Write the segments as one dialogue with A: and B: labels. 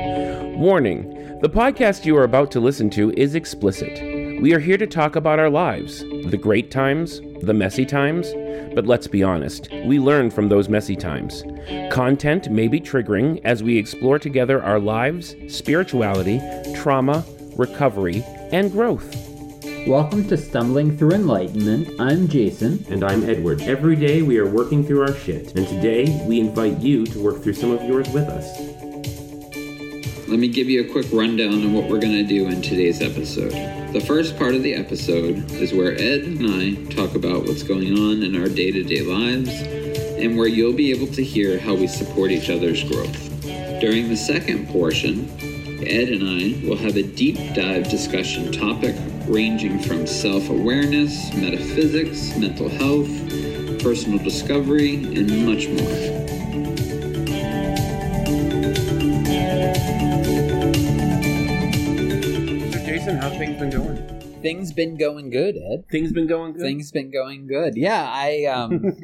A: Warning The podcast you are about to listen to is explicit. We are here to talk about our lives the great times, the messy times, but let's be honest, we learn from those messy times. Content may be triggering as we explore together our lives, spirituality, trauma, recovery, and growth.
B: Welcome to Stumbling Through Enlightenment. I'm Jason.
A: And I'm Edward. Every day we are working through our shit, and today we invite you to work through some of yours with us.
C: Let me give you a quick rundown of what we're going to do in today's episode. The first part of the episode is where Ed and I talk about what's going on in our day to day lives and where you'll be able to hear how we support each other's growth. During the second portion, Ed and I will have a deep dive discussion topic ranging from self awareness, metaphysics, mental health, personal discovery, and much more.
A: So, Jason, how's things been going?
C: Things been going good, Ed.
A: Things been going good.
C: Things been going good. Yeah, I um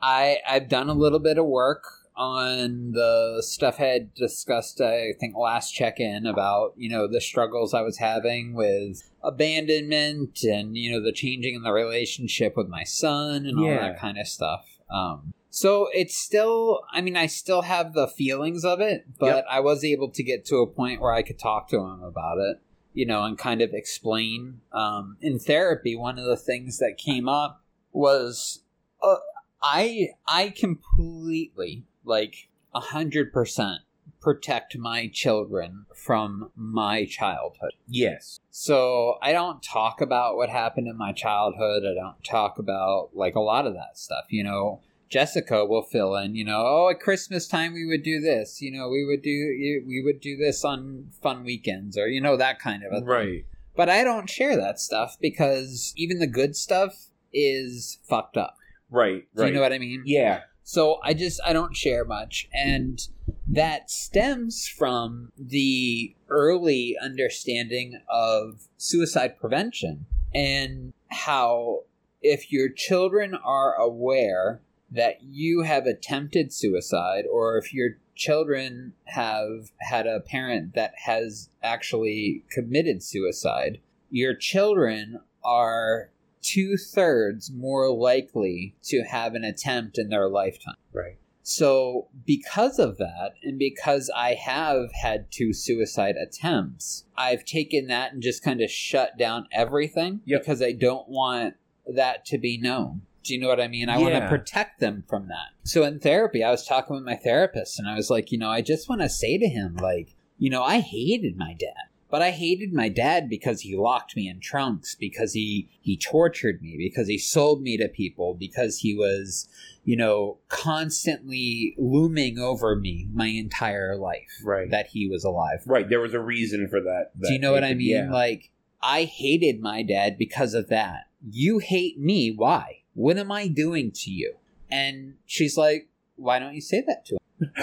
C: I I've done a little bit of work on the stuff I had discussed I think last check-in about, you know, the struggles I was having with abandonment and, you know, the changing in the relationship with my son and all
A: Yeah.
C: that kind of stuff. Um so it's still I mean I still have the feelings of it, but
A: Yep.
C: I was able to get to a point where I could talk to him about it you know, and kind of explain. Um, in therapy, one of the things that came up was uh, I I completely like a hundred percent protect my children from my childhood.
A: Yes.
C: So I don't talk about what happened in my childhood. I don't talk about like a lot of that stuff, you know. Jessica will fill in, you know, oh, at Christmas time we would do this, you know, we would do we would do this on fun weekends or you know that kind of a thing.
A: Right.
C: But I don't share that stuff because even the good stuff is fucked up.
A: Right.
C: Do
A: Right.
C: you know what I mean?
A: yeah.
C: So I just I don't share much and that stems from the early understanding of suicide prevention and how if your children are aware that you have attempted suicide or if your children have had a parent that has actually committed suicide your children are two thirds more likely to have an attempt in their lifetime.
A: Right.
C: So, because of that, and because I have had two suicide attempts, I've taken that and just kind of shut down everything
A: Yep.
C: because I don't want that to be known. Do you know what I mean? I want
A: Yeah.
C: to protect them from that. So, in therapy, I was talking with my therapist and I was like, you know, I just want to say to him, like, you know, I hated my dad but I hated my dad because he locked me in trunks, because he he tortured me, because he sold me to people, because he was, you know, constantly looming over me my entire life
A: Right.
C: that he was alive.
A: right. There was a reason for that.
C: Do you
A: that
C: know what
A: it
C: I
A: could-
C: mean?
A: Yeah.
C: Like I hated my dad because of that. You hate me, why? What am I doing to you? And she's like, why don't you say that to him?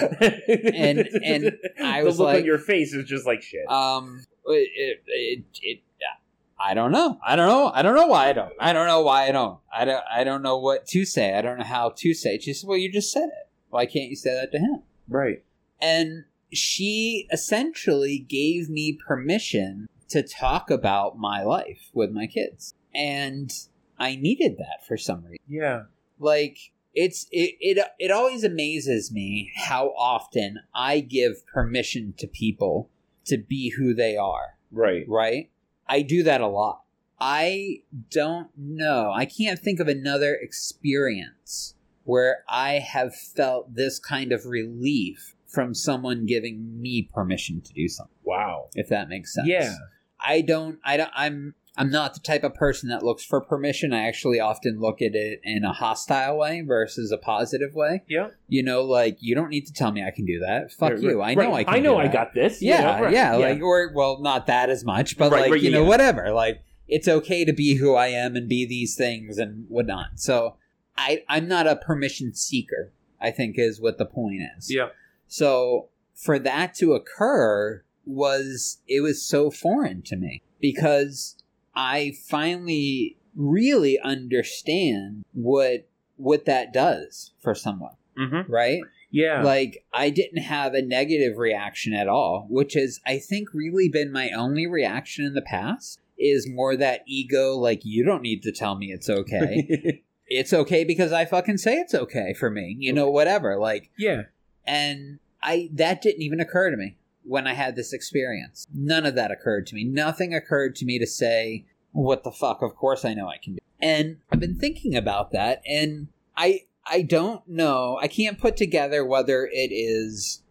A: and
C: and I was
A: the look
C: like-
A: on your face is just like shit.
C: Um, it, it, it, it, I don't know. I don't know. I don't know why I don't. I don't know why I don't. I don't. I don't know what to say. I don't know how to say. it. She said, "Well, you just said it. Why can't you say that to him?"
A: right.
C: And she essentially gave me permission to talk about my life with my kids, and I needed that for some reason
A: Yeah.
C: like it's it, it it always amazes me how often i give permission to people to be who they are
A: Right.
C: right i do that a lot i don't know i can't think of another experience where i have felt this kind of relief from someone giving me permission to do something
A: Wow.
C: if that makes sense
A: Yeah.
C: I don't I don't I'm I'm not the type of person that looks for permission. I actually often look at it in a hostile way versus a positive way.
A: Yeah.
C: You know, like you don't need to tell me I can do that. Fuck you. I know I
A: Right.
C: can
A: I know
C: do
A: I
C: that.
A: got this. you
C: Yeah,
A: know, right.
C: yeah, like or well, not that as much, but
A: Right,
C: like
A: right,
C: you know,
A: yeah.
C: whatever. Like it's okay to be who I am and be these things and whatnot. So I I'm not a permission seeker. I think is what the point is.
A: Yeah.
C: So for that to occur was it was so foreign to me because I finally really understand what what that does for someone
D: Mm-hmm.
C: right?
D: Yeah.
C: Like I didn't have a negative reaction at all, which is I think really been my only reaction in the past is more that ego like you don't need to tell me it's okay. it's okay because I fucking say it's okay for me. You know whatever. Like
D: yeah.
C: and I that didn't even occur to me when I had this experience. None of that occurred to me. Nothing occurred to me to say what the fuck of course I know I can do. And I've been thinking about that and I I don't know. I can't put together whether it is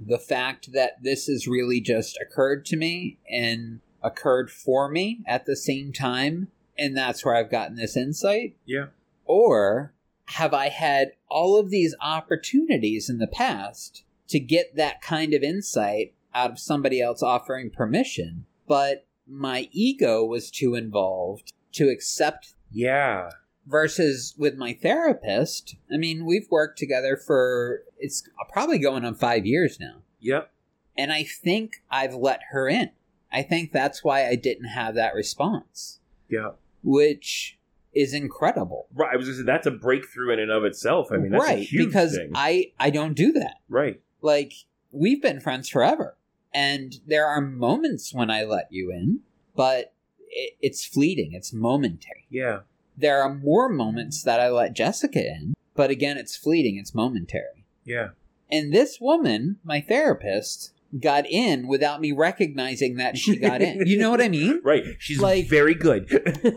C: the fact that this has really just occurred to me and occurred for me at the same time and that's where I've gotten this insight.
D: Yeah.
C: Or have I had all of these opportunities in the past to get that kind of insight out of somebody else offering permission, but my ego was too involved to accept
D: Yeah.
C: versus with my therapist. I mean, we've worked together for it's probably going on 5 years now.
D: Yep.
C: And I think I've let her in. I think that's why I didn't have that response,
D: Yeah.
C: which is incredible.
D: Right. I was going to say that's a breakthrough in and of itself. I mean, that's a
C: right,
D: huge
C: because
D: thing.
C: I I don't do that.
D: right.
C: like we've been friends forever and there are moments when i let you in but it, it's fleeting it's momentary
D: Yeah.
C: there are more moments that i let jessica in but again it's fleeting it's momentary
D: Yeah.
C: and this woman my therapist got in without me recognizing that she got in you know what i mean
D: Right. She's
C: Like-
D: very good.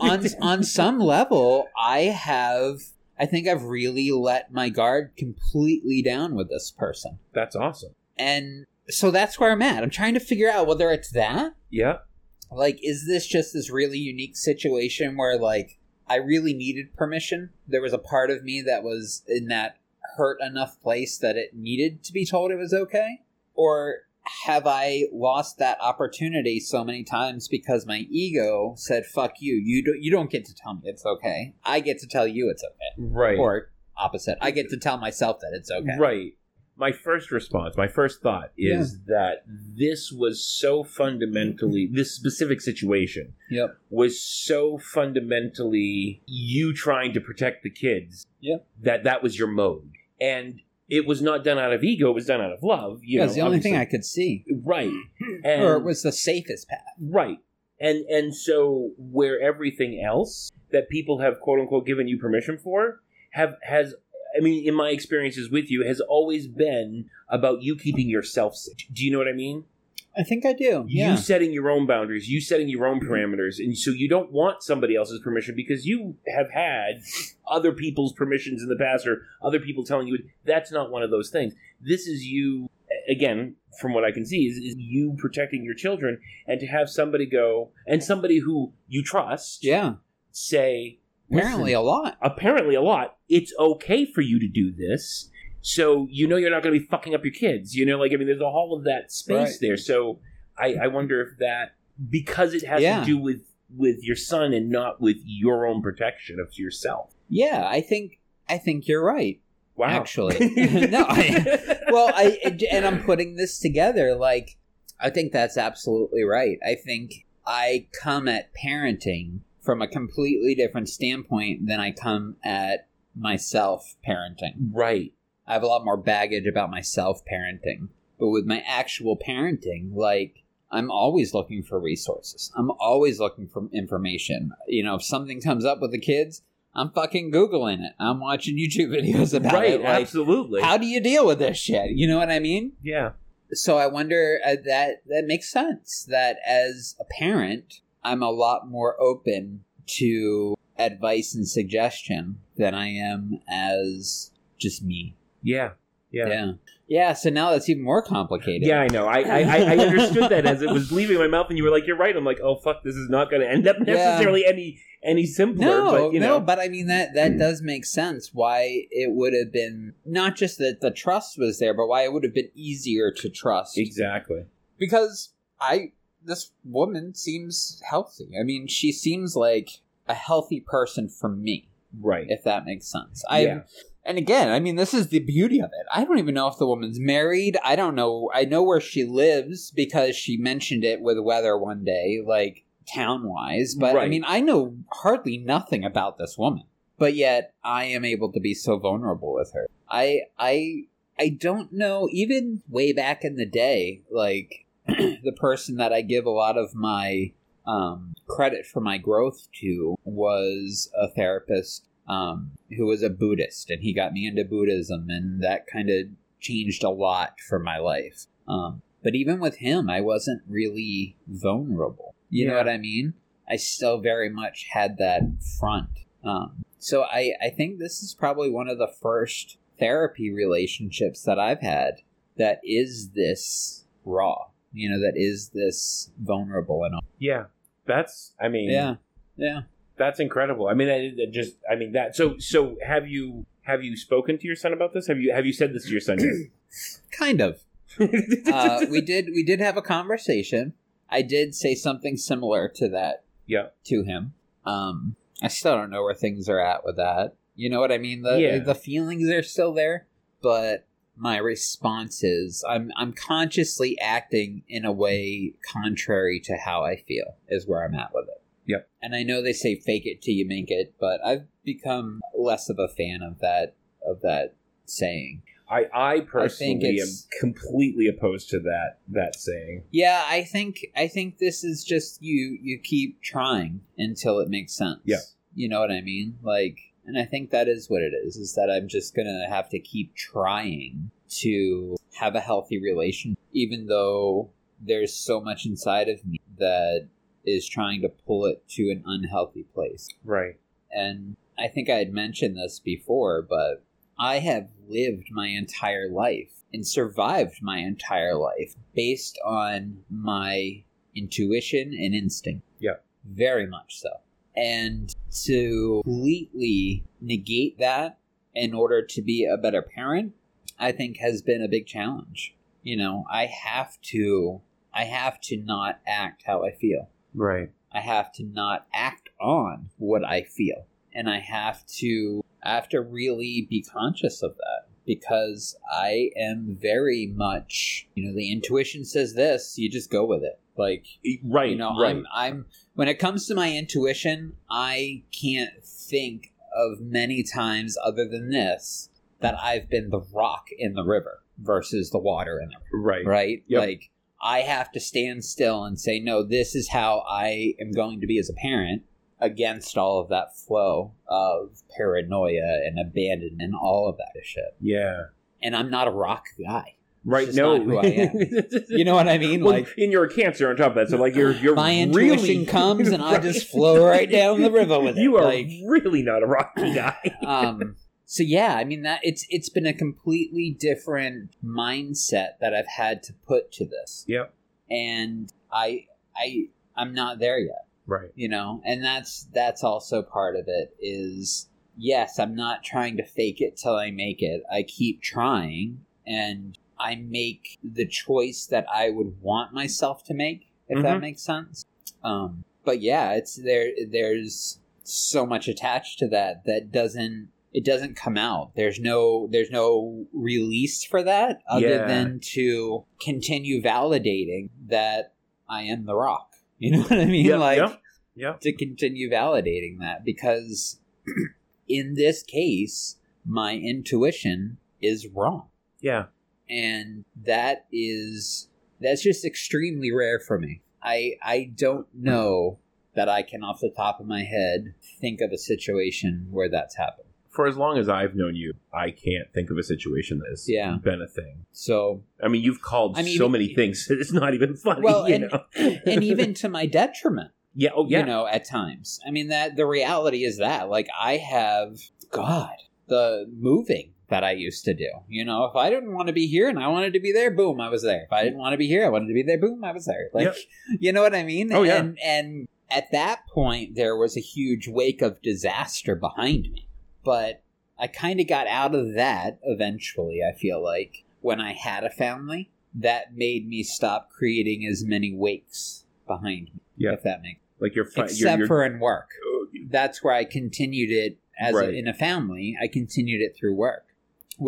C: on on some level i have i think i've really let my guard completely down with this person
D: that's awesome.
C: And so that's where I'm at. I'm trying to figure out whether it's that.
D: Yeah.
C: Like, is this just this really unique situation where, like, I really needed permission? There was a part of me that was in that hurt enough place that it needed to be told it was okay? Or have I lost that opportunity so many times because my ego said, fuck you, you, do- you don't get to tell me it's okay. I get to tell you it's okay.
D: Right.
C: Or opposite, I get to tell myself that it's okay.
D: Right. My first response, my first thought is that this was so fundamentally, this specific situation
C: Yep.
D: was so fundamentally you trying to protect the kids
C: Yep.
D: that that was your mode. And it was not done out of ego, it was done out of love. You
C: That
D: know,
C: was the only thing I
D: obviously.
C: could see.
D: Right. And
C: or it was the safest path.
D: Right. And and so where everything else that people have quote unquote given you permission for have has I mean in my experiences with you has always been about you keeping yourself safe. Do you know what I mean?
C: I think I do.
D: You setting your own boundaries, you setting your
C: Mm-hmm.
D: own parameters and so you don't want somebody else's permission because you have had other people's permissions in the past or other people telling you that's not one of those things. This is you again from what I can see is, is you protecting your children and to have somebody go and somebody who you trust
C: yeah.
D: say
C: Apparently a lot.
D: apparently a lot it's okay for you to do this so you know you're not going to be fucking up your kids you know like i mean there's a whole of that space
C: Right.
D: there so i i wonder if that because it has
C: Yeah.
D: to do with with your son and not with your own protection of yourself
C: Yeah, I think I think you're right.
D: wow
C: Actually. No, I- Well, I and I'm putting this together like I think that's absolutely right. I think I come at parenting from a completely different standpoint than I come at myself parenting.
D: right
C: I have a lot more baggage about myself parenting. But with my actual parenting, like I'm always looking for resources. I'm always looking for information. You know, if something comes up with the kids, I'm fucking googling it. I'm watching YouTube videos about
D: right
C: it. Like,
D: absolutely
C: how do you deal with this shit? You know what I mean?
D: yeah
C: So I wonder uh, that that makes sense. That as a parent, I'm a lot more open to advice and suggestion than I am as just me.
D: yeah yeah
C: Yeah. Yeah, so now that's even more complicated.
D: Yeah, I know. I, I, I I understood that as it was leaving my mouth, and you were like, "You're right." I'm like, "Oh fuck, this is not going to end up
C: Yeah.
D: necessarily any any simpler."
C: No,
D: but you
C: no,
D: know, Hmm.
C: but I mean that that does make sense why it would have been not just that the trust was there, but why it would have been easier to trust.
D: exactly.
C: Because I this woman seems healthy. I mean, she seems like a healthy person for me,
D: Right.
C: if that makes sense. I
D: Yeah.
C: and again, I mean, this is the beauty of it. I don't even know if the woman's married. I don't know. I know where she lives because she mentioned it with weather one day, like town wise. But I
D: Right.
C: mean, I know hardly nothing about this woman. but yet I am able to be so vulnerable with her. I I I don't know even way back in the day like the person that I give a lot of my um, credit for my growth to was a therapist um, who was a Buddhist, and he got me into Buddhism, and that kind of changed a lot for my life. Um, but even with him, I wasn't really vulnerable. You know
D: Yeah.
C: what I mean? I still very much had that front. Um, so I, I think this is probably one of the first therapy relationships that I've had that is this raw, you know, that is this vulnerable and all.
D: Yeah, that's. I mean,
C: Yeah. Yeah.
D: that's incredible. I mean, I, I just. I mean that. So, so have you have you spoken to your son about this? Have you have you said this to your son? yet?
C: Kind of. uh, we did we did have a conversation. I did say something similar to that.
D: Yeah.
C: To him. Um I still don't know where things are at with that. You know what I mean? The
D: Yeah.
C: the feelings are still there, but my responses I'm I'm consciously acting in a way contrary to how I feel is where I'm at with it.
D: Yep.
C: And I know they say fake it till you make it, but I've become less of a fan of that of that saying.
D: I I personally am
C: it's-
D: completely opposed to that that saying.
C: Yeah, I think I think this is just you you keep trying until it makes sense.
D: Yeah.
C: You know what I mean? Like and I think that is what it is, is that I'm just gonna have to keep trying to have a healthy relation even though there's so much inside of me that is trying to pull it to an unhealthy place
D: Right.
C: and I think I had mentioned this before, but I have lived my entire life and survived my entire life based on my intuition and instinct.
D: Yeah.
C: Very much so. And to completely negate that in order to be a better parent, I think has been a big challenge. You know, I have to I have to not act how I feel.
D: Right.
C: I have to not act on what I feel. And I have to I have to really be conscious of that because I am very much, you know, the intuition says this, you just go with it. Like,
D: E, Right.
C: you know,
D: right.
C: I'm I'm when it comes to my intuition, I can't think of many times other than this that I've been the rock in the river versus the water in the
D: right.
C: right?
D: Yep.
C: Like I have to stand still and say, no, this is how I am going to be as a parent against all of that flow of paranoia and abandon and all of that shit.
D: Yeah.
C: And I'm not a rock guy.
D: Right.
C: just
D: no.
C: not who I am. You know what I mean?
D: Well,
C: like
D: and you're a cancer on top of that, so like you're you're
C: my
D: really,
C: intuition comes and I
D: Right.
C: just flow right down the river with it.
D: You are
C: Like,
D: really not a rocky guy.
C: um so yeah i mean that it's it's been a completely different mindset that i've had to put to this
D: Yep.
C: and i i i'm not there yet
D: right.
C: you know and that's that's also part of it is yes i'm not trying to fake it till i make it i keep trying and i make the choice that i would want myself to make if that
D: Mhm.
C: makes sense um but yeah it's there there's so much attached to that that doesn't it doesn't come out there's no there's no release for that other
D: Yeah.
C: than to continue validating that i am the rock you know what i mean
D: Yeah,
C: like
D: yeah. Yeah.
C: to continue validating that because in this case my intuition is wrong
D: Yeah.
C: and that is that's just extremely rare for me i i don't know that i can off the top of my head think of a situation where that's happened
D: For as long as I've known you, I can't think of a situation that has
C: Yeah.
D: been a thing.
C: so
D: I mean, you've called
C: I mean,
D: so
C: even-
D: many things. It's not even funny.
C: Well,
D: you
C: and-
D: know?
C: and even to my detriment
D: yeah, oh yeah,
C: you know at times i mean that the reality is that like i have god the moving that i used to do you know if i didn't want to be here and i wanted to be there boom i was there if i didn't want to be here i wanted to be there boom i was there like
D: Yep.
C: you know what i mean
D: Oh, yeah.
C: and and at that point there was a huge wake of disaster behind me but i kind of got out of that eventually i feel like when i had a family that made me stop creating as many wakes behind me
D: Yeah.
C: if that makes
D: like you're, fi-
C: except
D: you're, you're
C: for in work. That's where I continued it as a-
D: Right.
C: in a family. I continued it through work,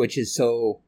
C: which is so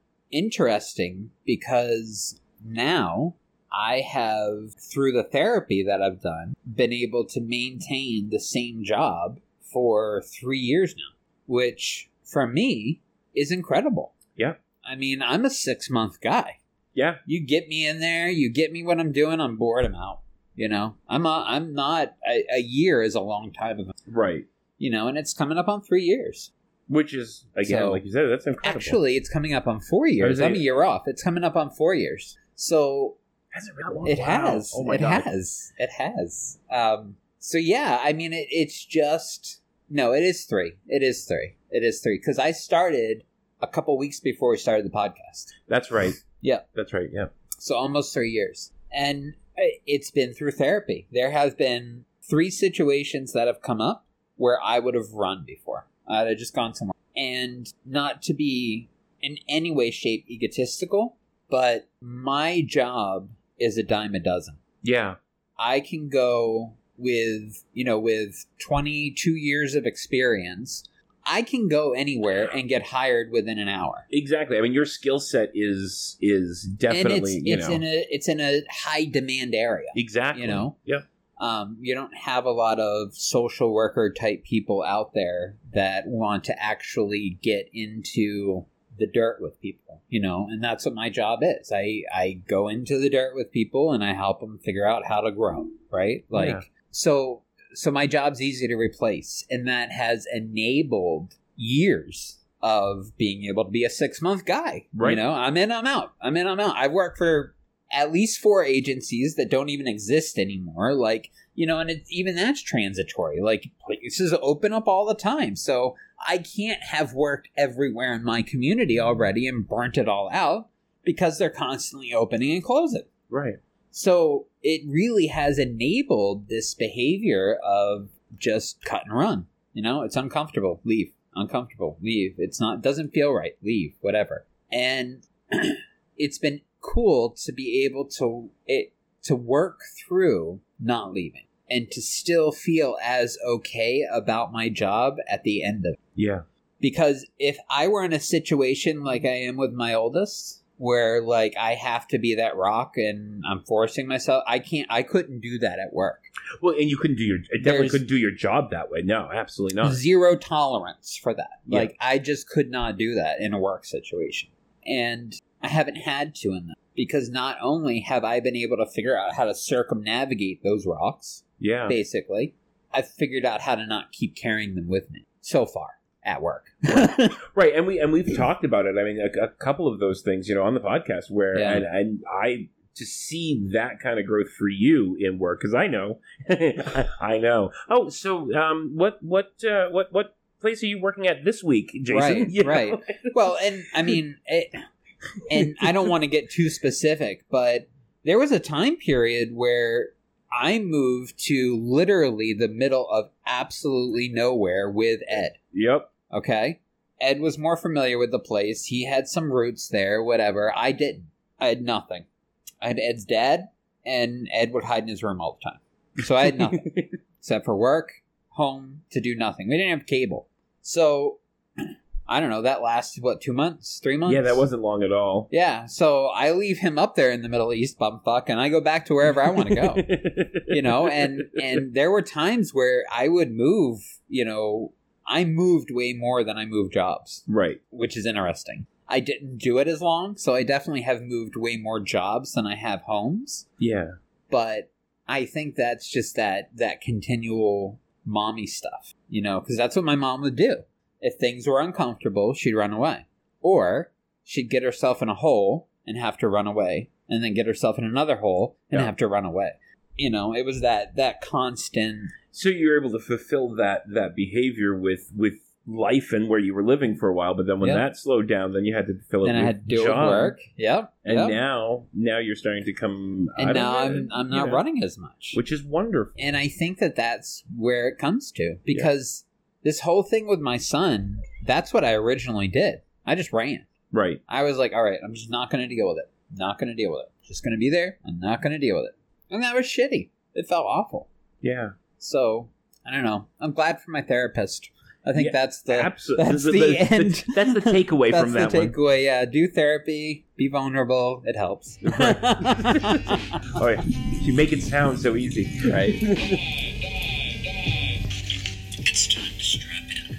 C: interesting because now I have, through the therapy that I've done, been able to maintain the same job for three years now. which for me is incredible.
D: Yeah.
C: I mean, I'm a six month guy.
D: Yeah.
C: You get me in there, you get me what I'm doing, I'm bored, I'm out. You know, I'm a, I'm not a, a year is a long time,
D: Right.
C: you know, and it's coming up on three years.
D: Which is again,
C: So-
D: like you said, that's incredible.
C: Actually, it's coming up on four
D: Or
C: years.
D: is it-
C: I'm a year off. It's coming up on four years. So
D: Has it really?
C: it
D: Wow.
C: has.
D: Oh my
C: it
D: God.
C: has. It has. Um, so yeah, I mean, it, it's just no. It is three. It is three. It is three because I started a couple weeks before we started the podcast,
D: That's right.
C: Yeah.
D: That's right. Yeah.
C: so almost three years, and i- it's been through therapy. There have been three situations that have come up where I would have run before. I'd have just gone somewhere, and not to be in any way, shape egotistical, but my job is a dime a dozen.
D: Yeah.
C: I can go with, you know, with 22 years of experience, I can go anywhere and get hired within an hour.
D: Exactly. I mean, your skill set is is
C: and
D: definitely
C: it's,
D: you
C: it's
D: know
C: in a it's in a high demand area.
D: exactly.
C: you know?
D: Yeah.
C: Um, you don't have a lot of social worker type people out there that want to actually get into the dirt with people, you know, and that's what my job is. I I go into the dirt with people and I help them figure out how to grow, right? Like
D: Yeah.
C: so so my job's easy to replace and that has enabled years of being able to be a 6 month guy.
D: Right.
C: You know, I'm in, I'm out. I'm in, I'm out. I've worked for at least four agencies that don't even exist anymore. Like, you know, and it, even that's transitory. Like, places open up all the time. So I can't have worked everywhere in my community already and burnt it all out because they're constantly opening and closing.
D: Right.
C: So it really has enabled this behavior of just cut and run. You know, it's uncomfortable, leave. Uncomfortable, leave. It's not doesn't feel right, leave, whatever. And it's been cool to be able to it to work through not leaving and to still feel as okay about my job at the end of it
D: Yeah.
C: because if I were in a situation like I am with my oldest, where like I have to be that rock and I'm forcing myself, I can't, I couldn't do that at work.
D: Well, and you couldn't do your it definitely
C: There's-
D: couldn't do your job that way. No, absolutely not.
C: Zero tolerance for that.
D: Yeah.
C: Like I just could not do that in a work situation, and I haven't had to in that because not only have I been able to figure out how to circumnavigate those rocks,
D: Yeah.
C: basically, I've figured out how to not keep carrying them with me so far at work.
D: Right, and we and we've talked about it. I mean, a, a couple of those things, you know, on the podcast where
C: Yeah.
D: and, and I to see that kind of growth for you in work because I know, I know. Oh, so um, what what uh, what what place are you working at this week, Jason?
C: Right,
D: You know?
C: right. Well, and I mean, it, and I don't want to get too specific, but there was a time period where I moved to literally the middle of absolutely nowhere with Ed.
D: Yep.
C: Okay. Ed was more familiar with the place. He had some roots there, whatever. I didn't. I had nothing. I had Ed's dad, and Ed would hide in his room all the time. So I had nothing except for work, home, to do nothing. We didn't have cable. So I don't know. That lasted, what, two months? Three months?
D: Yeah, that wasn't long at all.
C: Yeah. So I leave him up there in the Middle East, bumfuck, and I go back to wherever I want to go you know and and there were times where i would move you know i moved way more than i moved jobs
D: right.
C: which is interesting i didn't do it as long so i definitely have moved way more jobs than i have homes
D: Yeah.
C: but i think that's just that that continual mommy stuff you know because that's what my mom would do if things were uncomfortable she'd run away or she'd get herself in a hole and have to run away and then get herself in another hole and
D: Yeah.
C: have to run away you know it was that that constant
D: So you were able to fulfill that that behavior with with life and where you were living for a while, but then when
C: Yeah.
D: that slowed down, then you had to fill it.
C: then i
D: with
C: had to do it with
D: job.
C: work yep
D: And
C: yep.
D: now, now you're starting to come. out
C: and
D: of
C: now
D: it,
C: i'm i'm
D: you
C: not
D: know,
C: running as much
D: which is wonderful.
C: and I think that that's where it comes to because this whole thing with my son, that's what I originally did. I just ran.
D: Right.
C: I was like, all right, I'm just not going to deal with it. Not going to deal with it. Just going to be there. I'm not going to deal with it. And that was shitty. It felt awful.
D: Yeah.
C: So I don't know. I'm glad for my therapist. I think
D: Yeah,
C: that's the
D: Absolutely.
C: that's the end.
D: that's the takeaway
C: that's
D: from
C: the
D: that one.
C: takeaway. Yeah, do therapy. Be vulnerable. It helps.
D: All right. You make it sound so easy. Right.
E: It's time to strap in.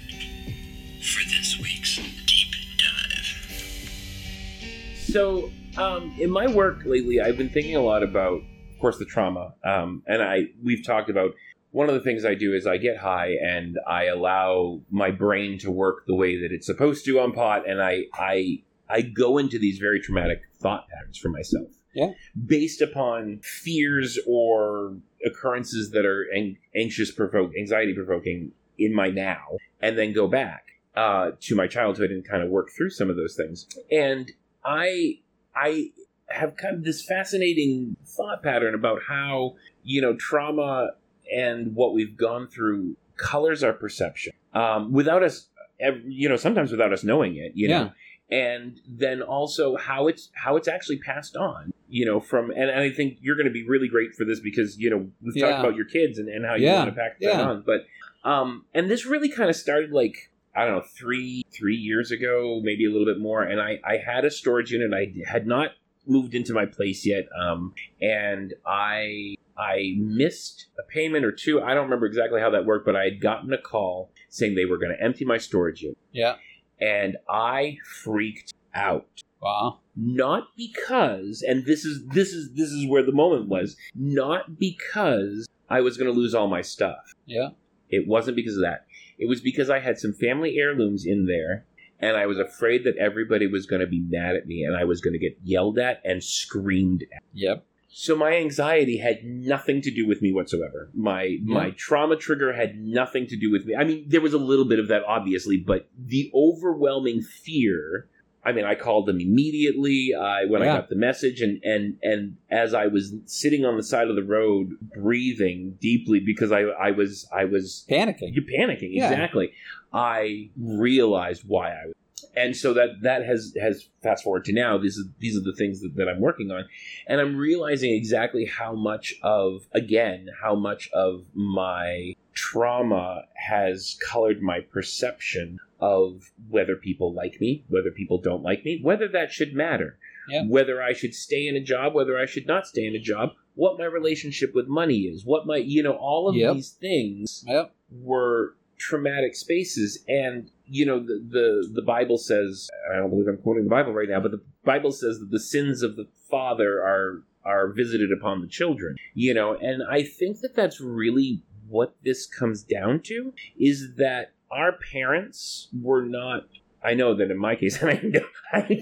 D: So, um, in my work lately, I've been thinking a lot about, of course, the trauma. Um, and I we've talked about one of the things I do is I get high and I allow my brain to work the way that it's supposed to on pot, and I I I go into these very traumatic thought patterns for myself.
C: Yeah.
D: Based upon fears or occurrences that are an- anxious provoke anxiety provoking in my now and then go back uh, to my childhood and kind of work through some of those things. And I I have kind of this fascinating thought pattern about how you know trauma and what we've gone through colors our perception um, without us ev- you know sometimes without us knowing it you know and then also how it's how it's actually passed on you know from and, and i think you're going to be really great for this because you know we've
C: Yeah.
D: talked about your kids and, and how you
C: Yeah.
D: want to pack that
C: Yeah.
D: on but um and this really kind of started like I don't know, three three years ago, maybe a little bit more. And I I had a storage unit. I had not moved into my place yet, um, and I I missed a payment or two. I don't remember exactly how that worked, but I had gotten a call saying they were going to empty my storage unit,
C: Yeah.
D: and I freaked out
C: Wow.
D: not because and this is this is this is where the moment was not because i was going to lose all my stuff
C: Yeah.
D: it wasn't because of that it was because i had some family heirlooms in there and i was afraid that everybody was going to be mad at me and i was going to get yelled at and screamed at
C: Yep.
D: so my anxiety had nothing to do with me whatsoever my my trauma trigger had nothing to do with me i mean there was a little bit of that obviously but the overwhelming fear I mean, I called them immediately I, when I
C: Yeah.
D: got the message, and and and as I was sitting on the side of the road, breathing deeply because I I was I was
C: Panicking.
D: you're panicking
C: Yeah.
D: exactly. I realized why I was, and so that that has has fast forward to now. These are these are the things that, that I'm working on, and I'm realizing exactly how much of again how much of my trauma has colored my perception of whether people like me, whether people don't like me, whether that should matter,
C: Yeah.
D: whether I should stay in a job, whether I should not stay in a job, what my relationship with money is, what my you know all of
C: Yep.
D: these things
C: Yep.
D: were traumatic spaces and you know the, the the bible says i don't believe i'm quoting the bible right now but the bible says that the sins of the father are are visited upon the children you know and i think that that's really what this comes down to is that our parents were not i know that in my case and i know I,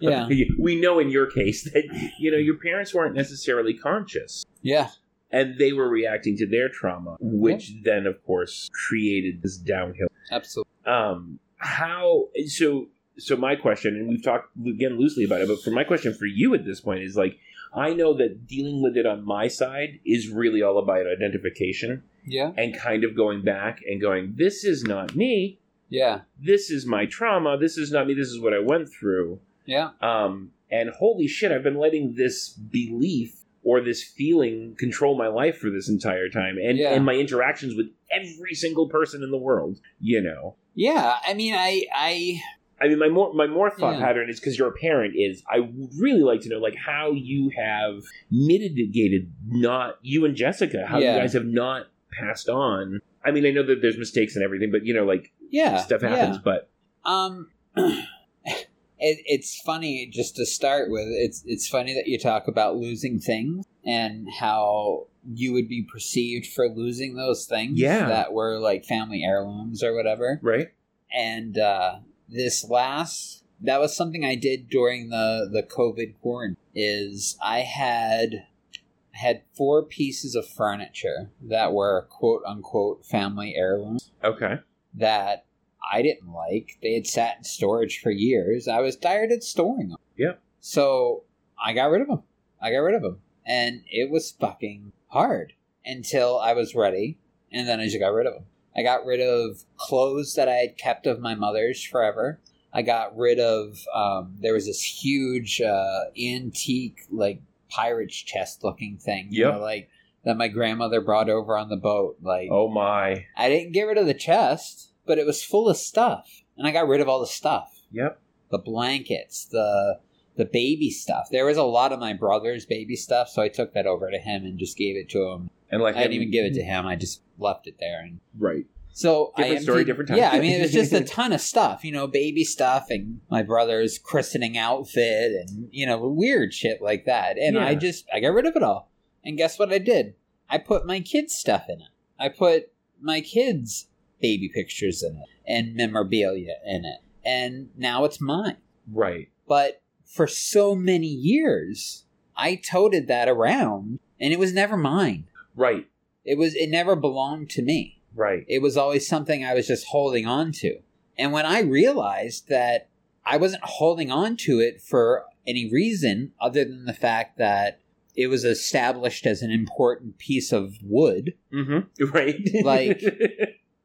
C: Yeah.
D: we know in your case that you know your parents weren't necessarily conscious
C: Yeah.
D: and they were reacting to their trauma, which then, of course, created this downhill.
C: Absolutely.
D: Um, how so? So my question, and we've talked again loosely about it, but for my question for you at this point is like, I know that dealing with it on my side is really all about identification
C: Yeah.
D: and kind of going back and going, this is not me.
C: Yeah.
D: This is my trauma. This is not me. This is what I went through.
C: Yeah.
D: Um, and holy shit, I've been letting this belief or this feeling control my life for this entire time and,
C: Yeah.
D: and my interactions with every single person in the world, you know.
C: Yeah. I mean, I, I,
D: I mean, my more my more thought
C: Yeah.
D: pattern is because you're a parent is I would really like to know like how you have mitigated not you and Jessica how
C: Yeah.
D: you guys have not passed on. I mean, I know that there's mistakes and everything, but you know, like
C: yeah.
D: stuff
C: yeah.
D: happens. But
C: Um, it, it's funny just to start with. It's it's funny that you talk about losing things and how you would be perceived for losing those things
D: Yeah.
C: that were like family heirlooms or whatever.
D: right,
C: And uh, this last that was something I did during the the COVID quarantine. Is I had I had four pieces of furniture that were quote unquote family heirlooms
D: okay,
C: that I didn't like. They had sat in storage for years. I was tired of storing them.
D: Yeah.
C: So I got rid of them. I got rid of them. And it was fucking hard until I was ready. And then I just got rid of them. I got rid of clothes that I had kept of my mother's forever. I got rid of, um, there was this huge uh, antique, like, pirate's chest looking thing. you
D: Yeah.
C: know, Like, that my grandmother brought over on the boat. Like,
D: oh my,
C: I didn't get rid of the chest, but it was full of stuff, and I got rid of all the stuff.
D: Yep.
C: The blankets, the the baby stuff. There was a lot of my brother's baby stuff, so I took that over to him and just gave it to him.
D: and like
C: I didn't even give it to him. I just left it there, and
D: right,
C: So I
D: Different
C: emptied,
D: story, different time.
C: Yeah, I mean it was just a ton of stuff, you know, baby stuff and my brother's christening outfit and you know weird shit like that. And I
D: Yeah.
C: just I got rid of it all. And guess what I did? I put my kids' stuff in it. I put my kids' baby pictures in it and memorabilia in it. And now it's mine.
D: Right.
C: But for so many years, I toted that around and it was never mine.
D: Right.
C: It was it never belonged to me
D: Right.
C: it was always something I was just holding on to. And when I realized that I wasn't holding on to it for any reason other than the fact that it was established as an important piece of wood,
D: Mm-hmm. Right.
C: Like-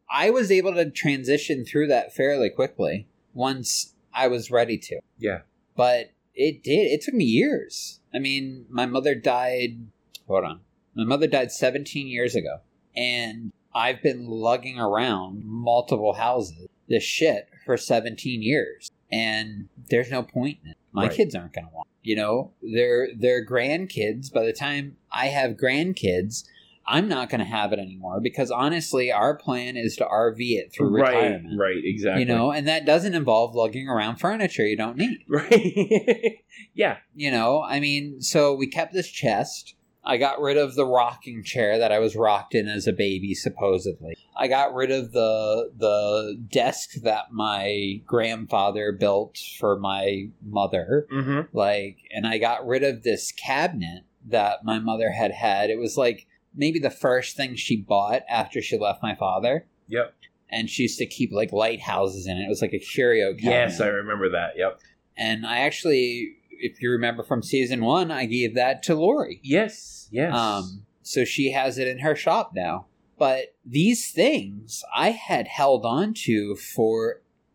C: I was able to transition through that fairly quickly once I was ready to.
D: Yeah.
C: But it did. It took me years. I mean, my mother died. Hold on. My mother died 17 years ago. And I've been lugging around multiple houses this shit for 17 years. And there's no point in it. My
D: Right.
C: kids aren't going to want it. You know, their, their grandkids, by the time I have grandkids, I'm not going to have it anymore because honestly, our plan is to RV it through
D: right.
C: retirement.
D: Right. Exactly.
C: You know, and that doesn't involve lugging around furniture you don't need.
D: Right. yeah.
C: You know, I mean, so we kept this chest. I got rid of the rocking chair that I was rocked in as a baby, supposedly. I got rid of the the desk that my grandfather built for my mother.
D: Mm-hmm.
C: Like, and I got rid of this cabinet that my mother had had. It was like maybe the first thing she bought after she left my father.
D: Yep.
C: And she used to keep like lighthouses in it. It was like a curio cabinet.
D: Yes, I remember that. Yep.
C: and I actually, if you remember from season one, I gave that to Lori.
D: Yes. Yes.
C: Um, so she has it in her shop now. But these things I had held on to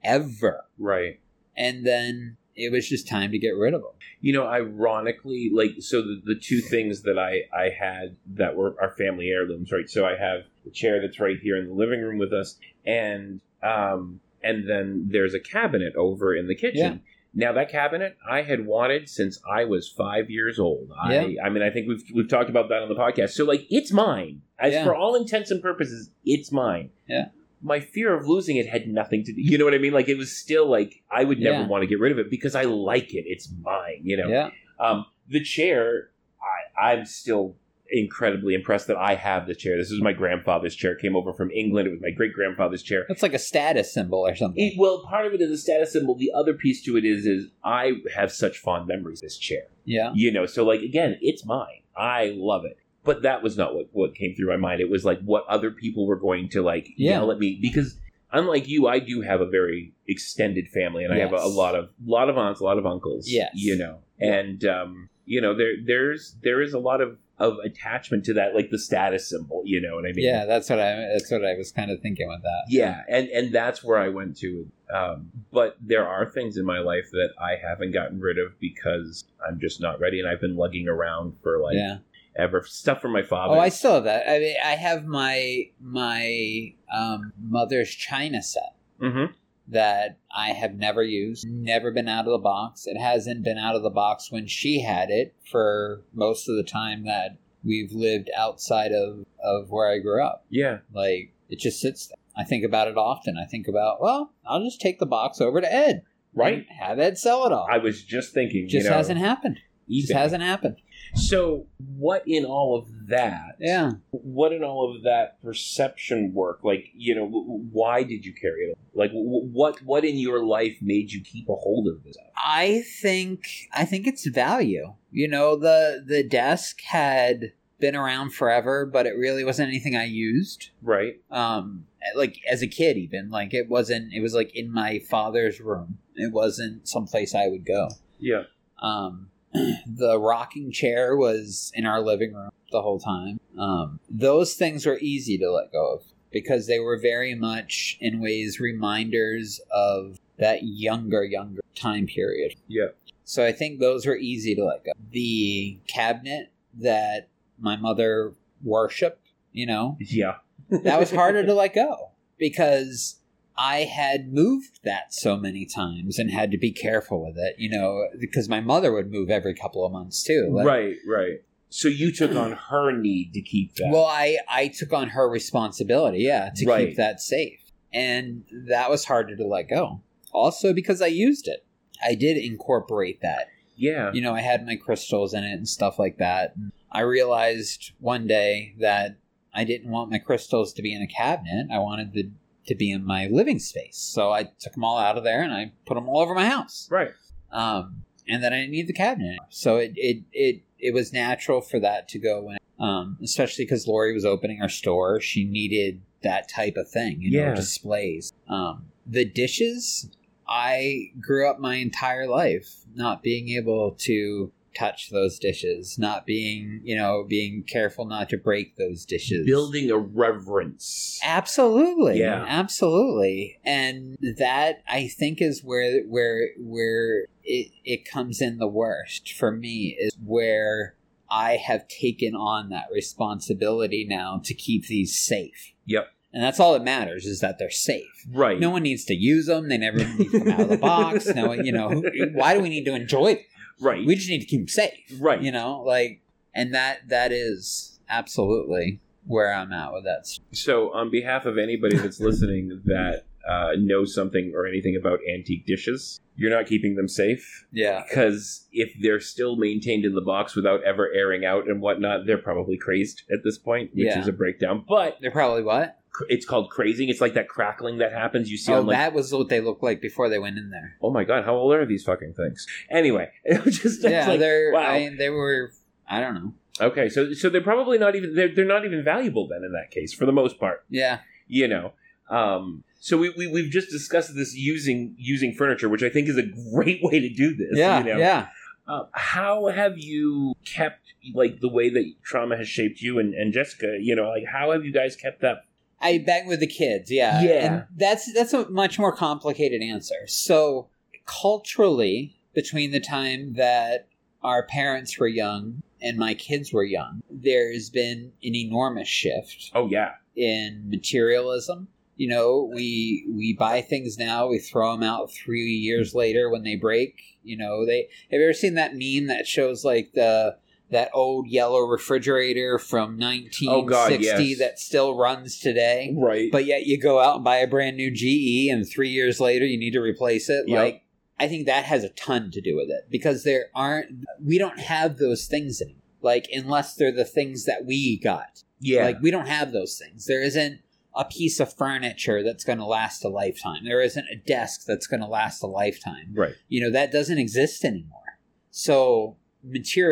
C: forever,
D: right.
C: and then it was just time to get rid of them.
D: You know, ironically, like so the, the two things that I I had that were our family heirlooms, right? So I have the chair that's right here in the living room with us, and um and then there's a cabinet over in the kitchen. Now that cabinet I had wanted since I was five years old. I I mean I think we've we've talked about that on the podcast. So like it's mine. As
C: Yeah.
D: for all intents and purposes, it's mine.
C: Yeah.
D: My fear of losing it had nothing to do. You know what I mean? Like it was still like I would never
C: Yeah.
D: want to get rid of it because I like it. It's mine. You know.
C: Yeah,
D: Um, the chair, I, I'm still incredibly impressed that I have the chair. This is my grandfather's chair. It came over from England. It was my great grandfather's chair.
C: that's like a status symbol or something.
D: It, well, part of it is a status symbol. The other piece to it is, is I have such fond memories of this chair.
C: yeah,
D: You know, so like again, it's mine. I love it. But that was not what, what came through my mind. It was like what other people were going to like
C: Yeah.
D: yell at me because unlike you, I do have a very extended family and I have a, a
C: Yes.
D: lot of lot of aunts, a lot of uncles.
C: Yes.
D: You know. And um, you know, there there's there is a lot of, of attachment to that, like the status symbol, you know what I mean?
C: yeah. That's what I. That's what I was kind of thinking with that.
D: Yeah, and and that's where I went to. Um, but there are things in my life that I haven't gotten rid of because I'm just not ready, and I've been lugging around for like
C: yeah.
D: ever stuff from my father.
C: Oh, I still have that. I mean, I have my my um, mother's china set
D: Mhm.
C: that I have never used, never been out of the box. It hasn't been out of the box when she had it for most of the time that we've lived outside of of where I grew up.
D: Yeah,
C: Like it just sits there. I think about it often. I think about, well, I'll just take the box over to Ed.
D: right.
C: and Have Ed sell it all.
D: I was just thinking.
C: just
D: you know,
C: hasn't happened. Just
D: eBay.
C: hasn't happened.
D: So what in all of that?
C: Yeah.
D: What in all of that perception work? Like you know, w- w- why did you carry it? Like w- what what in your life made you keep a hold of this?
C: I think I think it's value. You know, the the desk had been around forever, but it really wasn't anything I used.
D: Right.
C: Um like as a kid even. Like it wasn't it was like in my father's room. It wasn't someplace I would go.
D: Yeah.
C: Um the rocking chair was in our living room the whole time. Um those things were easy to let go of because they were very much in ways reminders of that younger younger time period.
D: Yeah.
C: So I think those were easy to let go. The cabinet that my mother worshipped, you know,
D: Yeah.
C: that was harder to let go because I had moved that so many times and had to be careful with it, you know, because my mother would move every couple of months too. Like,
D: right. Right. So you took on her need to keep that.
C: Well, I I took on her responsibility, yeah, to
D: Right.
C: keep that safe, and that was harder to let go. Also, because I used it, I did incorporate that.
D: yeah.
C: You know, I had my crystals in it and stuff like that. I realized one day that I didn't want my crystals to be in a cabinet. I wanted the to be in my living space, so I took them all out of there and I put them all over my house
D: Right.
C: um, and then I didn't need the cabinet. anymore. So it it it, it was natural for that to go in, um, especially because Lori was opening her store. She needed that type of thing, you
D: Yeah.
C: know, displays. Um, the dishes, I grew up my entire life not being able to touch those dishes, not being, you know, being careful not to break those dishes.
D: Building a reverence.
C: Absolutely.
D: Yeah.
C: Absolutely. And that I think is where where where it, it comes in the worst for me is where I have taken on that responsibility now to keep these safe.
D: Yep.
C: And that's all that matters is that they're safe.
D: Right.
C: No one needs to use them. They never need to come out of the box. No, one- you know, who- why do we need to enjoy them?
D: right.
C: We just need to keep them safe.
D: right.
C: You know, like, and that that is absolutely where I'm at with that.
D: So, on behalf of anybody that's listening that uh, knows something or anything about antique dishes, you're not keeping them safe
C: Yeah.
D: because if they're still maintained in the box without ever airing out and whatnot, they're probably crazed at this point, which
C: Yeah.
D: is a breakdown. But
C: They're probably what?
D: cr- it's called crazing. It's like that crackling that happens. You see
C: oh,
D: on like
C: that was what they looked like before they went in there.
D: oh my god, how old are these fucking things? Anyway, it was just
C: Yeah,
D: it's like,
C: they're.
D: wow.
C: I, they were. I don't know.
D: okay. So so they're probably not even they're they're not even valuable then in that case for the most part.
C: Yeah,
D: You know. Um, so we, we we've just discussed this using using furniture, which I think is a great way to do this.
C: yeah,
D: you know?
C: yeah.
D: Uh, how have you kept like the way that trauma has shaped you and, and Jessica? You know, like how have you guys kept that?
C: I back with the kids. Yeah,
D: Yeah.
C: And that's that's a much more complicated answer. So culturally, between the time that our parents were young and my kids were young, there has been an enormous shift
D: Oh yeah,
C: in materialism. You know, we we buy things now, we throw them out three years later when they break. You know, they have you ever seen that meme that shows like the that old yellow refrigerator from
D: Oh,
C: nineteen
D: God,
C: sixty
D: yes.
C: that still runs today?
D: right.
C: But yet you go out and buy a brand new GE, and three years later you need to replace it.
D: Yep.
C: Like, I think that has a ton to do with it because there aren't, we don't have those things anymore. Like, unless they're the things that we got.
D: yeah,
C: Like, we don't have those things. There isn't a piece of furniture that's going to last a lifetime. There isn't a desk that's going to last a lifetime
D: right.
C: you know that doesn't exist anymore so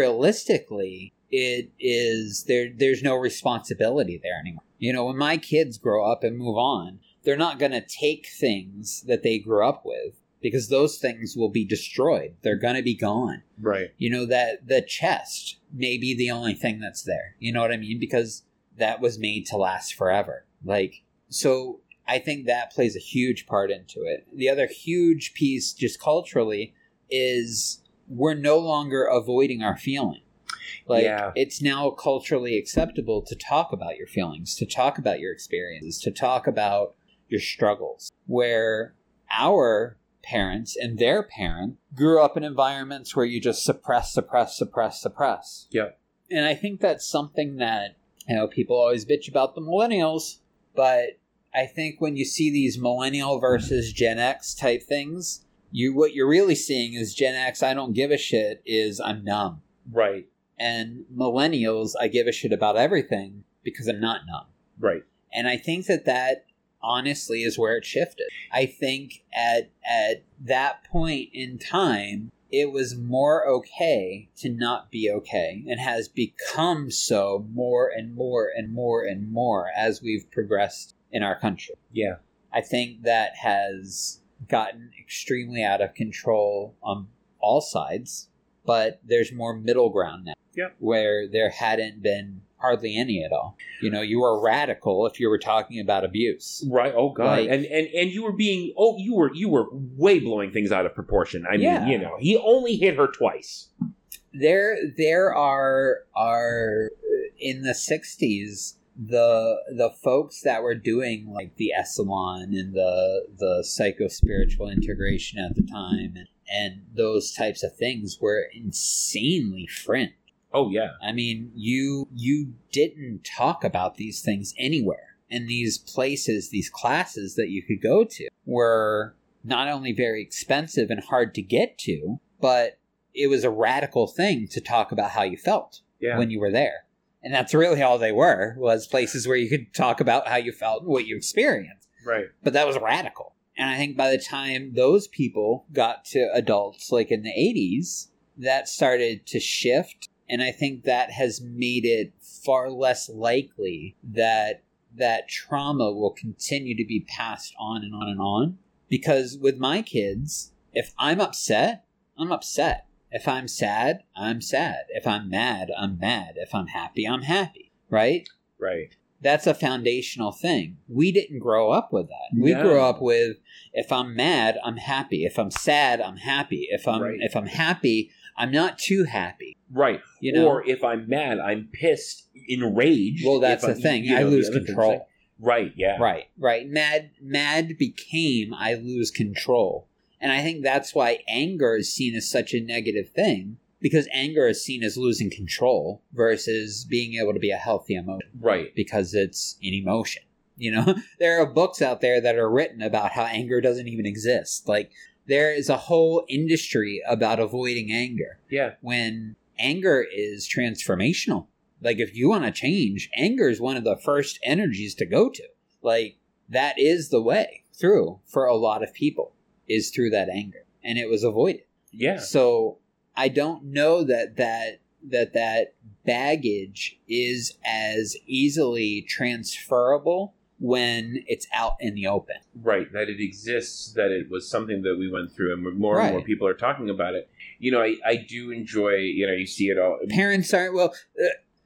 C: materialistically it is there there's no responsibility there anymore you know when my kids grow up and move on they're not going to take things that they grew up with because those things will be destroyed they're going to be gone
D: Right.
C: you know that the chest may be the only thing that's there you know what i mean because that was made to last forever like so i think that plays a huge part into it the other huge piece just culturally is we're no longer avoiding our feeling like
D: Yeah.
C: it's now culturally acceptable to talk about your feelings to talk about your experiences to talk about your struggles where our parents and their parent grew up in environments where you just suppress, suppress, suppress, suppress.
D: Yep.
C: And I think that's something that, you know, people always bitch about the millennials, but I think when you see these millennial versus Gen X type things, you what you're really seeing is Gen X, I don't give a shit, is I'm numb.
D: Right.
C: And millennials, I give a shit about everything because I'm not numb.
D: Right.
C: And I think that that honestly is where it shifted. I think at at that point in time, it was more okay to not be okay and has become so more and more and more and more as we've progressed in our country.
D: Yeah.
C: I think that has gotten extremely out of control on all sides, but there's more middle ground now.
D: Yep.
C: Where there hadn't been hardly any at all. You know, you were radical if you were talking about abuse.
D: Right. Oh god.
C: Like-
D: and and and you were being oh you were you were way blowing things out of proportion. I
C: Yeah.
D: mean, you know, he only hit her twice.
C: There there are are in the sixties the the folks that were doing like the Esalen and the the psycho spiritual integration at the time and, and those types of things were insanely fringe.
D: Oh yeah.
C: I mean, you you didn't talk about these things anywhere. And these places, these classes that you could go to were not only very expensive and hard to get to, but it was a radical thing to talk about how you felt
D: Yeah.
C: when you were there. And that's really all they were was places where you could talk about how you felt and what you experienced
D: right.
C: but that was radical. And I think by the time those people got to adults, like in the 80s, that started to shift. And I think that has made it far less likely that that trauma will continue to be passed on and on and on. Because with my kids, if I'm upset, I'm upset. If I'm sad, I'm sad. If I'm mad, I'm mad. If I'm happy, I'm happy. Right?
D: Right.
C: that's a foundational thing. We didn't grow up with that. We
D: No.
C: grew up with if I'm mad, I'm happy. If I'm sad, I'm happy. If I'm
D: Right.
C: if I'm happy, I'm not too happy.
D: Right.
C: You know.
D: Or if I'm mad, I'm pissed, enraged.
C: well, that's
D: If
C: the
D: I'm-
C: thing.
D: you
C: I
D: know, the
C: lose
D: other thing's
C: control.
D: like- right. Yeah.
C: Right, right. Mad mad became I lose control. And I think that's why anger is seen as such a negative thing because anger is seen as losing control versus being able to be a healthy emotion.
D: Right.
C: because it's an emotion. You know, there are books out there that are written about how anger doesn't even exist. Like, there is a whole industry about avoiding anger
D: Yeah.
C: when anger is transformational. Like, if you want to change, anger is one of the first energies to go to. Like, that is the way through for a lot of people, is through that anger. And it was avoided.
D: Yeah.
C: So I don't know that that that that baggage is as easily transferable when it's out in the open.
D: Right. That it exists. That it was something that we went through, and more and more
C: Right.
D: people are talking about it. You know, I, I do enjoy. You know, you see it all.
C: Parents aren't well.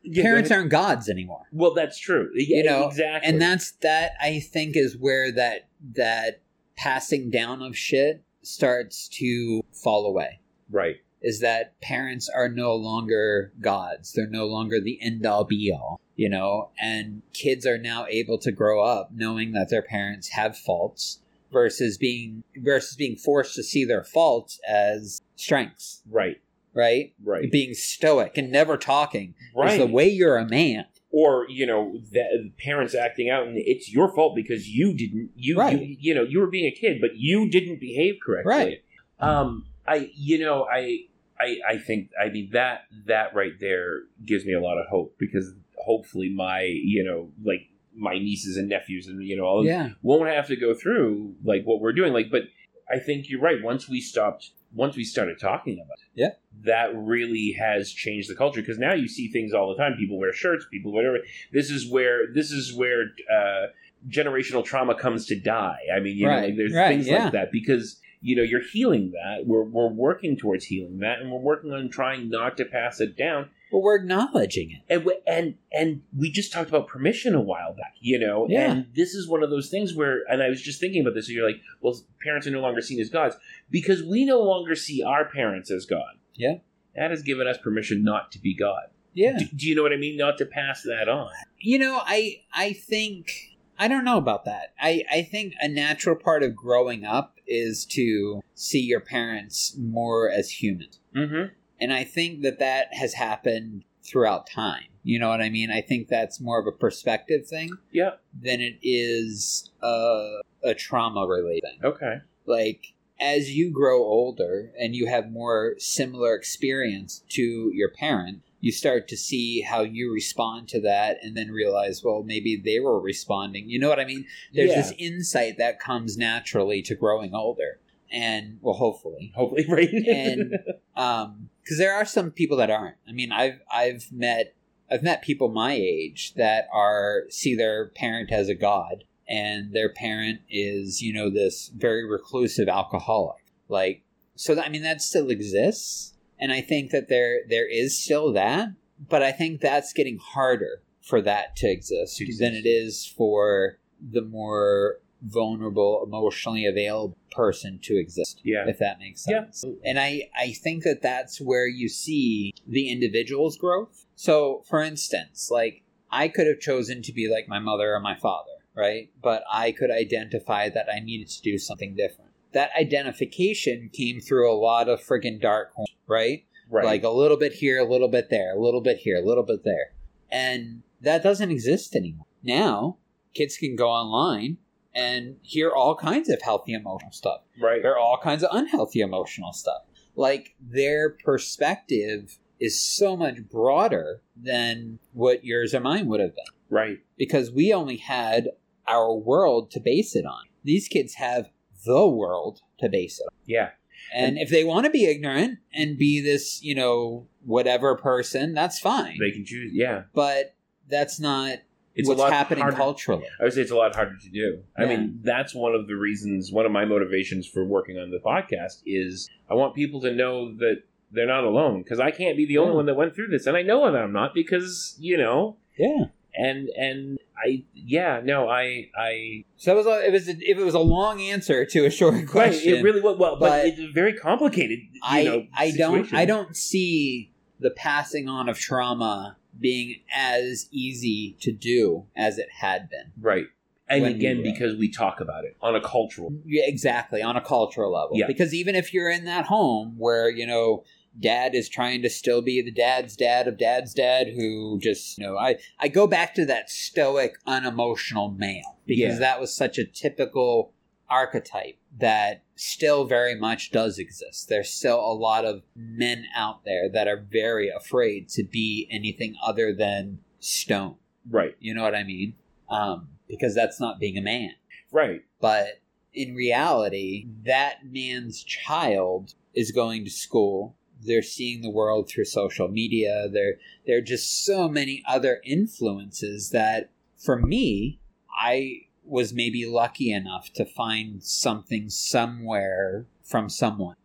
D: Yeah,
C: parents
D: that-
C: aren't gods anymore,
D: Well, that's true. Yeah,
C: You know,
D: exactly.
C: and that's that. I think is where that that passing down of shit starts to fall away.
D: right.
C: Is that parents are no longer gods? They're no longer the end all be all. you know, and kids are now able to grow up knowing that their parents have faults versus being versus being forced to see their faults as strengths,
D: Right.
C: right?
D: Right.
C: Being stoic and never talking
D: right.
C: is the way you're a man.
D: or you know the parents acting out and it's your fault because you didn't you
C: Right.
D: you, you know you were being a kid but you didn't behave correctly
C: Right.
D: um i you know i i i think i mean that that right there gives me a lot of hope because hopefully my you know like my nieces and nephews and you know all of
C: Oh, Yeah.
D: won't have to go through like what we're doing. Like, but I think you're right. Once we stopped, once we started talking about it,
C: Yeah.
D: that really has changed the culture because now you see things all the time. People wear shirts, people whatever. This is where this is where uh, generational trauma comes to die. I mean, you know,
C: Right,
D: like there's
C: right,
D: things
C: yeah.
D: like that because you know you're healing that. We're we're working towards healing that, and we're working on trying not to pass it down
C: But we're acknowledging it.
D: and we, and and we just talked about permission a while back, you know.
C: Yeah.
D: And this is one of those things where, and I was just thinking about this. You're like, well, parents are no longer seen as gods because we no longer see our parents as God.
C: Yeah.
D: that has given us permission not to be God.
C: Yeah.
D: Do, do you know what I mean? Not to pass that on.
C: you know i i think i don't know about that i i think a natural part of growing up is to see your parents more as human
D: Mm-hmm.
C: and i think that that has happened throughout time you know what i mean i think that's more of a perspective thing
D: Yeah.
C: than it is a, a trauma related thing
D: Okay.
C: like as you grow older and you have more similar experience to your parent you start to see how you respond to that and then realize well maybe they were responding you know what i mean there's
D: yeah.
C: this insight that comes naturally to growing older and well hopefully
D: Hopefully, right.
C: and um because there are some people that aren't i mean i've i've met i've met people my age that are see their parent as a god and their parent is you know this very reclusive alcoholic like so that, i mean that still exists and i think that there there is still that but i think that's getting harder for that to exist
D: To exist.
C: than it is for the more vulnerable emotionally available person to exist
D: yeah.
C: if that makes
D: Yeah.
C: sense. And I, I think that that's where you see the individual's growth. So, for instance, like I could have chosen to be like my mother or my father, right? But I could identify that I needed to do something different. That identification came through a lot of friggin' dark, horn, right?
D: Right.
C: like a little bit here, a little bit there, a little bit here, a little bit there. And that doesn't exist anymore. Now, kids can go online and hear all kinds of healthy emotional stuff.
D: right.
C: There are all kinds of unhealthy emotional stuff. Like their perspective is so much broader than what yours or mine would have been
D: Right.
C: because we only had our world to base it on. These kids have the world to base it on.
D: Yeah.
C: And if they want to be ignorant and be this, you know, whatever person, that's fine.
D: They can choose. Yeah.
C: but that's not
D: It's
C: what's
D: a lot
C: happening
D: harder-
C: culturally.
D: I would say it's a lot harder to do. I
C: Yeah.
D: mean, that's one of the reasons, one of my motivations for working on the podcast is I want people to know that they're not alone because I can't be the only
C: Yeah.
D: one that went through this. And I know that I'm not because, you know,
C: Yeah.
D: and, and I, yeah, no, I, I,
C: So it was a, it was a, if it was a long answer to a short
D: right,
C: question.
D: it really was, well, but,
C: but
D: it's a very complicated. You
C: I
D: know,
C: I don't
D: situation.
C: I don't see the passing on of trauma being as easy to do as it had been.
D: Right. And
C: When- uh,
D: again, because we talk about it on a cultural.
C: Yeah, exactly, on a cultural level.
D: Yeah.
C: Because even if you're in that home where, you know, dad is trying to still be the dad's dad of dad's dad who just, you know, I I go back to that stoic unemotional male because
D: Yeah.
C: that was such a typical archetype that still very much does exist. There's still a lot of men out there that are very afraid to be anything other than stone.
D: Right.
C: You know what I mean? Um, because that's not being a man
D: Right.
C: but in reality that man's child is going to school they're seeing the world through social media there there are just so many other influences that for me i was maybe lucky enough to find something somewhere from someone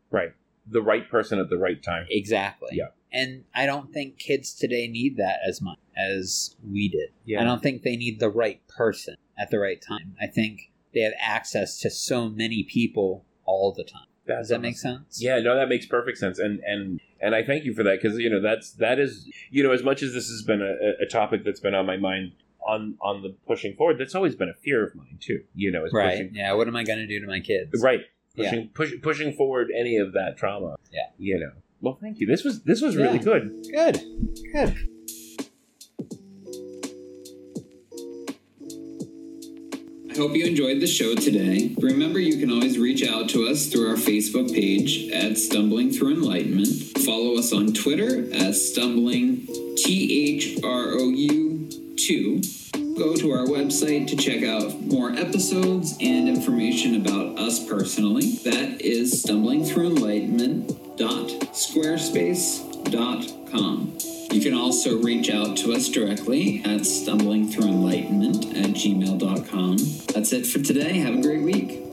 D: The right person at the right time.
C: exactly
D: Yeah.
C: and i don't think kids today need that as much as we did I don't think they need the right person at the right time. I think they have access to so many people all the time.
D: That's
C: Does that make sense?
D: Yeah, no, that makes perfect sense, and and and I thank you for that because you know that's that is you know as much as this has been a, a topic that's been on my mind on on the pushing forward, that's always been a fear of mine too. You know, is
C: Right.
D: pushing,
C: Yeah. What am I going to do to my kids?
D: right,
C: Yeah.
D: pushing push, pushing forward any of that trauma.
C: Yeah.
D: you know. Well, thank you. This was this was really
C: Yeah.
D: good.
C: Good. Good. I hope you enjoyed the show today. Remember, you can always reach out to us through our Facebook page at Stumbling Through Enlightenment. Follow us on Twitter at Stumbling T H R O U 2. Go to our website to check out more episodes and information about us personally. That is stumblingthroughenlightenment.squarespace.com. You can also reach out to us directly at stumblingthroughenlightenment at gmail.com. That's it for today. Have a great week.